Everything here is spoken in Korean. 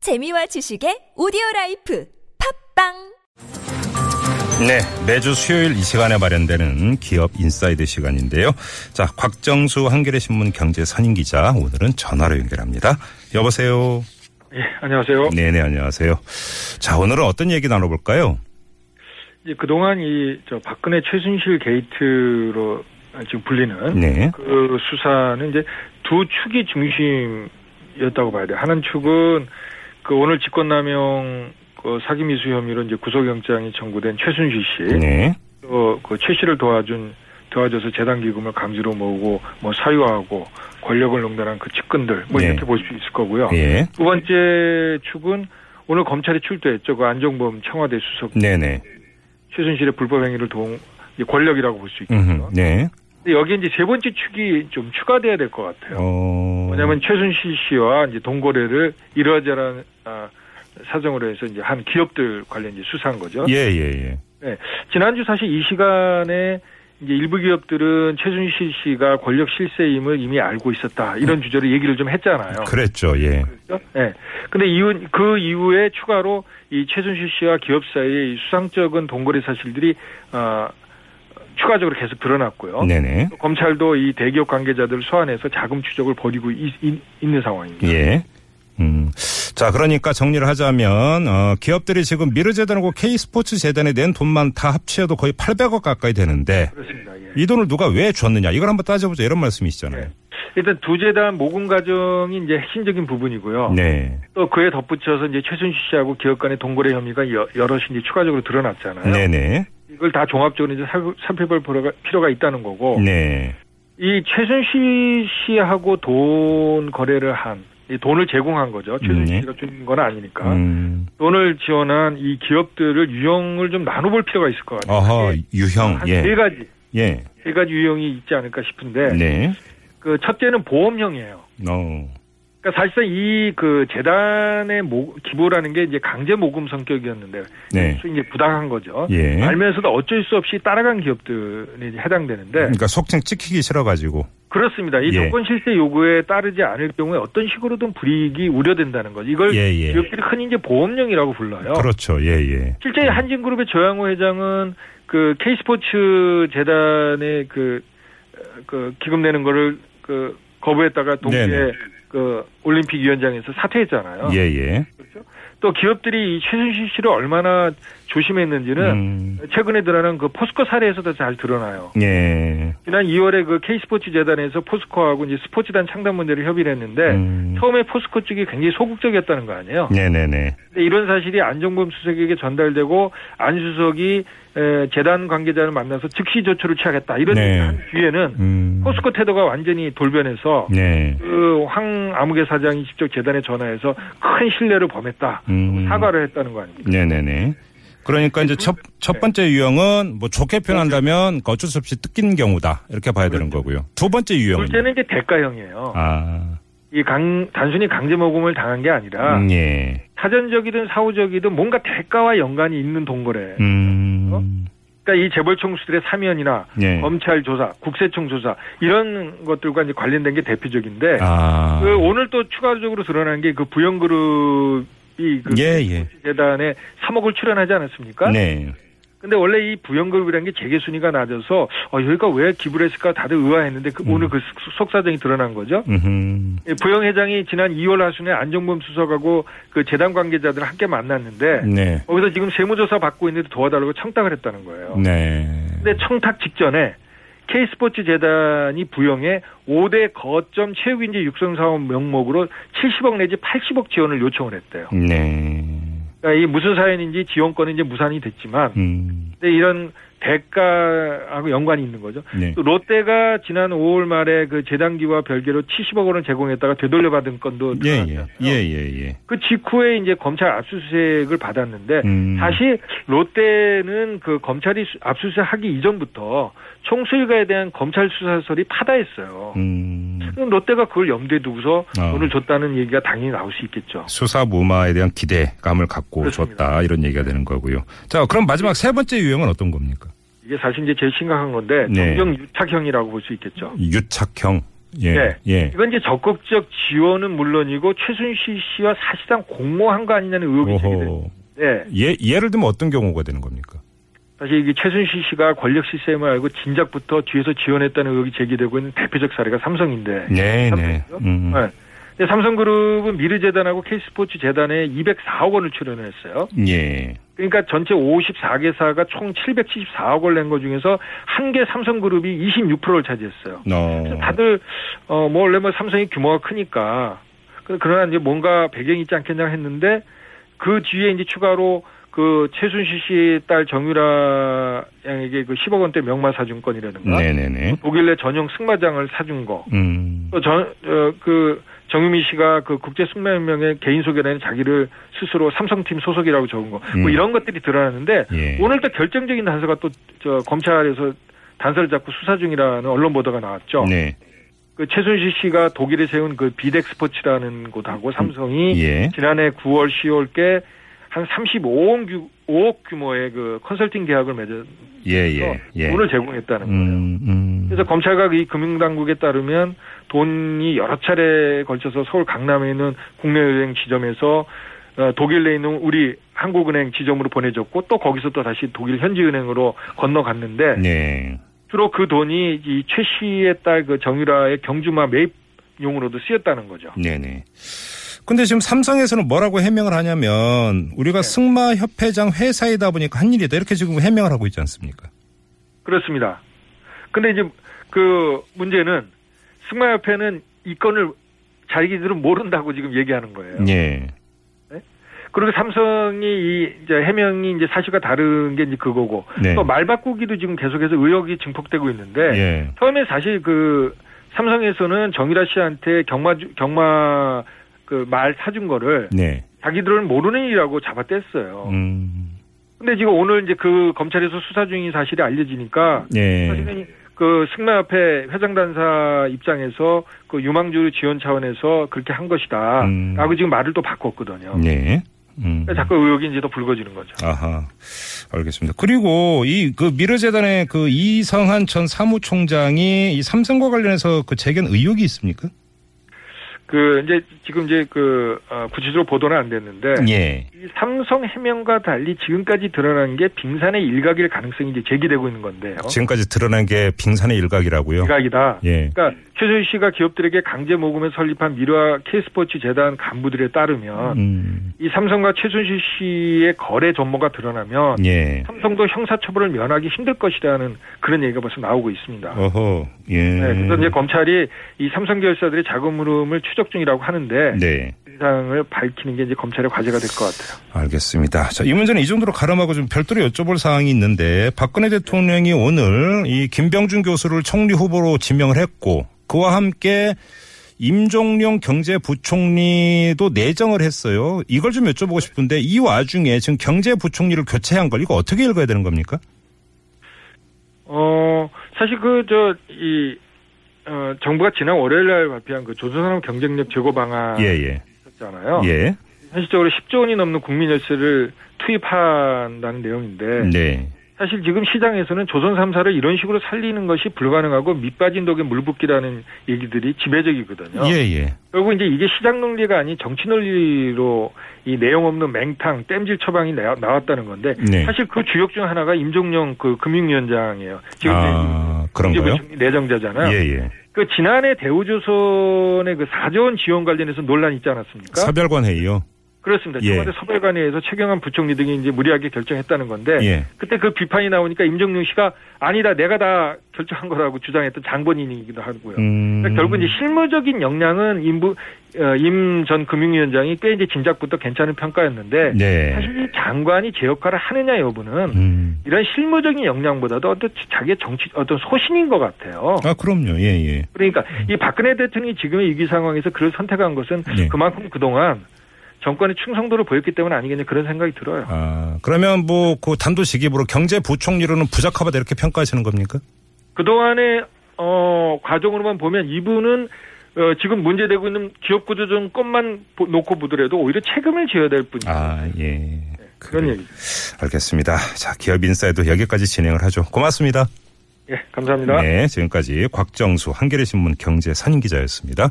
재미와 지식의 오디오 라이프 팝빵 네, 매주 수요일 이 시간에 마련되는 기업 인사이드 시간인데요. 자, 곽정수 한겨레 신문 경제 선임 기자 오늘은 전화로 연결합니다. 여보세요. 예, 안녕하세요. 네, 네, 안녕하세요. 자, 오늘은 어떤 얘기 나눠 볼까요? 이제 그동안 이 저 박근혜 최순실 게이트로 아, 지금 불리는 네. 그 수사는 이제 두 축이 중심이었다고 봐야 돼요. 하는 축은 그 오늘 직권남용 그 사기 미수 혐의로 이제 구속영장이 청구된 최순실 씨, 네. 또 그 최 씨를 도와준 도와줘서 재단 기금을 강제로 모으고 뭐 사유화하고 권력을 농단한 그 측근들 뭐 네. 이렇게 볼 수 있을 거고요. 예. 두 번째 축은 오늘 검찰이 출두했죠. 그 안정범 청와대 수석 네, 네. 최순실의 불법 행위를 도운 이제 권력이라고 볼 수 있겠죠. 음. 네. 근데 여기 이제 세 번째 축이 좀 추가돼야 될 것 같아요. 어. 왜냐하면 최순실 씨와 이제 동거래를 이러저런 아, 사정으로 해서 이제 한 기업들 관련 이제 수사한 거죠. 네. 예, 예, 예. 지난주 사실 이 시간에 이제 일부 기업들은 최순실 씨가 권력 실세임을 이미 알고 있었다 음. 이런 주제로 얘기를 좀 했잖아요. 그랬죠. 예. 네. 근데 이후, 그 이후에 추가로 이 최순실 씨와 기업 사이의 이 수상적인 동거래 사실들이, 어, 추가적으로 계속 드러났고요. 네, 네. 또 검찰도 이 대기업 관계자들을 소환해서 자금 추적을 벌이고 있, 는 상황입니다. 예. 음. 자, 그러니까 정리를 하자면 어, 기업들이 지금 미르 재단하고 K 스포츠 재단에 낸 돈만 다 합치어도 거의 800억 가까이 되는데 그렇습니다. 예. 이 돈을 누가 왜 줬느냐 이걸 한번 따져보자 이런 말씀이시잖아요. 일단 두 재단 모금 과정이 이제 핵심적인 부분이고요. 네, 또 그에 덧붙여서 이제 최순실 씨하고 기업 간의 동거래 혐의가 여, 여럿이 이제 추가적으로 드러났잖아요. 네, 네, 이걸 다 종합적으로 이제 살- 살펴볼 필요가- 필요가 있다는 거고. 네, 이 최순실 씨하고 돈 거래를 한, 이 돈을 제공한 거죠. 네. 최순실 씨가 준 건 아니니까. 음, 돈을 지원한 이 기업들을 유형을 좀 나눠볼 필요가 있을 것 같아요. 어허 유형, 한 네 예, 가지, 예, 세 가지 유형이 있지 않을까 싶은데, 네, 그 첫째는 보험형이에요. 어, 그러니까 사실상 이 그 재단의 모, 기부라는 게 이제 강제 모금 성격이었는데, 네, 소위 이제 부당한 거죠. 예. 알면서도 네. 어쩔 수 없이 따라간 기업들이 이제 해당되는데, 그러니까 속칭 찍히기 싫어가지고, 그렇습니다. 이 예. 조건 실세 요구에 따르지 않을 경우에 어떤 식으로든 불이익이 우려된다는 거죠. 이걸 예, 예, 기업들이 흔히 이제 보험령이라고 불러요. 그렇죠, 예, 예, 실제 한진그룹의 조양호 회장은 그 K스포츠 재단에 그, 그 기금 내는 거를 그 거부했다가 동시에 네네. 그 올림픽 위원장에서 사퇴했잖아요. 예, 예, 또 기업들이 이 최순실 씨를 얼마나 조심했는지는 음, 최근에 드러난 그 포스코 사례에서도 잘 드러나요. 예, 지난 2월에 그 K스포츠 재단에서 포스코하고 이제 스포츠단 창단 문제를 협의를 했는데 음, 처음에 포스코 측이 굉장히 소극적이었다는 거 아니에요. 네, 네, 네, 근데 이런 사실이 안정범 수석에게 전달되고 안 수석이 에, 재단 관계자를 만나서 즉시 조처를 취하겠다 이런 네. 얘기를 한 뒤에는 음, 포스코 태도가 완전히 돌변해서 네, 그황 아무개 사장이 직접 재단에 전화해서 큰 신뢰를 범했다 음, 사과를 했다는 거 아닙니까? 네, 네, 네. 그러니까 이제 첫, 첫 번째 유형은 뭐 좋게 표현한다면 어쩔 수 없이 뜯긴 경우다. 이렇게 봐야 되는 거고요. 두 번째 유형은. 그렇죠. 둘째는 이제 대가형이에요. 아, 이 강 단순히 강제 모금을 당한 게 아니라 음, 예. 사전적이든 사후적이든 뭔가 대가와 연관이 있는 동거래. 음, 그러니까 이 재벌 총수들의 사면이나 예. 어? 검찰 조사, 국세청 조사 이런 것들과 이제 관련된 게 대표적인데 아, 그 오늘 또 추가적으로 드러난 게 그 부영그룹이 그 예, 예. 재단에 3억을 출연하지 않았습니까? 네. 근데 원래 이 부영그룹이라는 게 재계 순위가 낮아서 어, 여기가 왜 기부를 했을까 다들 의아했는데 그 오늘 그 속- 속사정이 드러난 거죠. 음, 예, 부영 회장이 지난 2월 하순에 안정범 수석하고 그 재단 관계자들 을 함께 만났는데 네. 거기서 지금 세무조사 받고 있는데 도와달라고 청탁을 했다는 거예요. 네. 근데 청탁 직전에 K스포츠 재단이 부영해 5대 거점 체육인재 육성사업 명목으로 70억 내지 80억 지원을 요청을 했대요. 음. 네. 그러니까 이 무슨 사연인지 지원권은 이제 무산이 됐지만 음, 근데 이런 대가하고 연관이 있는 거죠. 네. 또 롯데가 지난 5월 말에 그 재단기와 별개로 70억 원을 제공했다가 되돌려받은 건도 예, 드러났어요. 예. 예, 예, 예. 그 직후에 이제 검찰 압수수색을 받았는데 음, 사실 롯데는 그 검찰이 수- 압수수색하기 이전부터 총수일가에 대한 검찰 수사설이 파다했어요. 음, 그럼 롯데가 그걸 염두에 두고서 아. 돈을 줬다는 얘기가 당연히 나올 수 있겠죠. 수사 무마에 대한 기대감을 갖고 그렇습니다. 줬다. 이런 얘기가 되는 거고요. 자, 그럼 마지막 세 번째 유형은 어떤 겁니까? 이게 사실 이제 제일 심각한 건데 네. 정경 유착형이라고 볼 수 있겠죠. 유착형. 예. 네. 예. 이건 이제 적극적 지원은 물론이고 최순실 씨와 사실상 공모한 거 아니냐는 의혹이 제기돼요. 오호. 네. 예, 예를 들면 어떤 경우가 되는 겁니까? 사실 이게 최순실 씨가 권력 시스템을 알고 진작부터 뒤에서 지원했다는 의혹이 제기되고 있는 대표적 사례가 삼성인데. 네, 네. 삼성이죠? 음. 네. 근데 삼성그룹은 미르재단하고 K스포츠 재단에 204억 원을 출연했어요. 예. 그러니까 전체 54개사가 총 774억 원을 낸 것 중에서 한 개 삼성그룹이 26%를 차지했어요. 어. 그래서 다들 어 뭐 원래 뭐 삼성이 규모가 크니까 그- 그러나 이제 뭔가 배경이 있지 않겠냐 했는데 그 뒤에 이제 추가로 그 최순실 씨 딸 정유라 양에게 그 10억 원대 명마 사준 건이라든가 네, 네, 네. 독일 내 전용 승마장을 사준 거. 음. 어, 또전그 정유미 씨가 그 국제 승마연맹의 개인 소개라는 자기를 스스로 삼성팀 소속이라고 적은 거. 음. 뭐 이런 것들이 드러나는데 예. 오늘 또 결정적인 단서가 또 저 검찰에서 단서를 잡고 수사 중이라는 언론 보도가 나왔죠. 네. 그 최순실 씨가 독일에 세운 그 비덱스포츠라는 곳하고 삼성이 음. 예. 지난해 9월 10월께 한 35억 규, 5억 규모의 그 컨설팅 계약을 맺어서 예, 예. 예. 돈을 제공했다는 거예요. 음, 음. 그래서 검찰과 이 금융당국에 따르면 돈이 여러 차례에 걸쳐서 서울 강남에 있는 국내 은행 지점에서 어, 독일 내에 있는 우리 한국은행 지점으로 보내졌고 또 거기서 또 다시 독일 현지은행으로 건너갔는데 네. 주로 그 돈이 이 최 씨의 딸 그 정유라의 경주마 매입용으로도 쓰였다는 거죠. 네네. 근데 지금 삼성에서는 뭐라고 해명을 하냐면 네. 우리가 승마협회장 회사이다 보니까 한 일이다 이렇게 지금 해명을 하고 있지 않습니까? 그렇습니다. 근데 이제 그 문제는 승마협회는 이 건을 자기들은 모른다고 지금 얘기하는 거예요. 예. 그리고 삼성이 이 이제 해명이 이제 사실과 다른 게 이제 그거고 네. 또 말 바꾸기도 지금 계속해서 의혹이 증폭되고 있는데 예. 처음에 사실 그 삼성에서는 정유라 씨한테 경마 주- 경마 그 말 사준 거를 네. 자기들은 모르는 일이라고 잡아뗐어요. 음. 근데 지금 오늘 이제 그 검찰에서 수사 중인 사실이 알려지니까 예. 사실은 그 승마협회 회장 단사 입장에서 그 유망주 지원 차원에서 그렇게 한 음. 것이다라고 지금 말을 또 바꿨거든요. 네. 음. 그러니까 자꾸 의혹이 이제 더 불거지는 거죠. 아하. 알겠습니다. 그리고 이 그 미르재단의 그 이성한 전 사무총장이 이 삼성과 관련해서 그 재견 의혹이 있습니까? 그 이제 지금 이제 그 어, 구체적으로 보도는 안 됐는데 예. 이 삼성 해명과 달리 지금까지 드러난 게 빙산의 일각일 가능성이 이제 제기되고 있는 건데요. 지금까지 드러난 게 빙산의 일각이라고요. 일각이다. 예. 그러니까 최준 씨가 기업들에게 강제 모금에 설립한 미르와 K스포츠 재단 간부들에 따르면 음. 이 삼성과 최순실 씨의 거래 전모가 드러나면 예. 삼성도 형사처벌을 면하기 힘들 것이라는 그런 얘기가 벌써 나오고 있습니다. 어허. 예. 아. 네, 그래서 이제 검찰이 이 삼성 결사들의 자금 흐름을 추적 중이라고 하는데 네. 진상을 밝히는 게 이제 검찰의 과제가 될 것 같아요. 알겠습니다. 자, 이 문제는 이 정도로 가름하고 좀 별도로 여쭤볼 사항이 있는데 박근혜 대통령이 오늘 이 김병준 교수를 총리 후보로 지명을 했고 그와 함께 임종룡 경제부총리도 내정을 했어요. 이걸 좀 여쭤보고 싶은데 이 와중에 지금 경제부총리를 교체한 걸 이거 어떻게 읽어야 되는 겁니까? 어, 사실 그, 저, 이, 어, 정부가 지난 월요일 날 발표한 그 조선산업 경쟁력 제고 방안이었잖아요. 어, 예, 예. 예. 현실적으로 10조 원이 넘는 국민 열세를 투입한다는 내용인데 네. 사실 지금 시장에서는 조선 삼사를 이런 식으로 살리는 것이 불가능하고 밑빠진 독에 물붓기라는 얘기들이 지배적이거든요. 예, 예. 결국 이제 이게 시장 논리가 아닌 정치 논리로 이 내용 없는 맹탕 땜질 처방이 나- 나왔다는 건데 네. 사실 그 주역 중 하나가 임종영 그 금융위원장이에요. 지금 아, 그런가요? 경제부총리 내정자잖아요. 예, 예. 그 지난해 대우조선의 그 4조 원 지원 관련해서 논란 있지 않았습니까? 사별관 회의요. 그렇습니다. 예. 청와대 서별관회에서 최경환 부총리 등이 이제 무리하게 결정했다는 건데 예. 그때 그 비판이 나오니까 임종룡 씨가 아니다 내가 다 결정한 거라고 주장했던 장본인이기도 하고요. 음. 그러니까 결국 이제 실무적인 역량은 임부 어, 임 전 금융위원장이 꽤 이제 진작부터 괜찮은 평가였는데 네. 사실 이 장관이 제 역할을 하느냐 여부는 음. 이런 실무적인 역량보다도 어떤 자기의 정치 어떤 소신인 것 같아요. 아, 그럼요. 예, 예. 그러니까 이 박근혜 대통령이 지금의 위기 상황에서 그를 선택한 것은 네. 그만큼 그동안 정권의 충성도를 보였기 때문 아니겠냐 그런 생각이 들어요. 아, 그러면 뭐 그 단도직입으로 경제부총리로는 부작하다 이렇게 평가하시는 겁니까? 그동안의 어, 과정으로만 보면 이분은 어, 지금 문제되고 있는 기업 구조조정 것만 보- 놓고 보더라도 오히려 책임을 져야 될 뿐이에요. 아, 예. 그런 그래. 얘기죠. 알겠습니다. 자, 기업 인사이드 여기까지 진행을 하죠. 고맙습니다. 예, 감사합니다. 네, 지금까지 곽정수 한겨레신문 경제 선임 기자였습니다.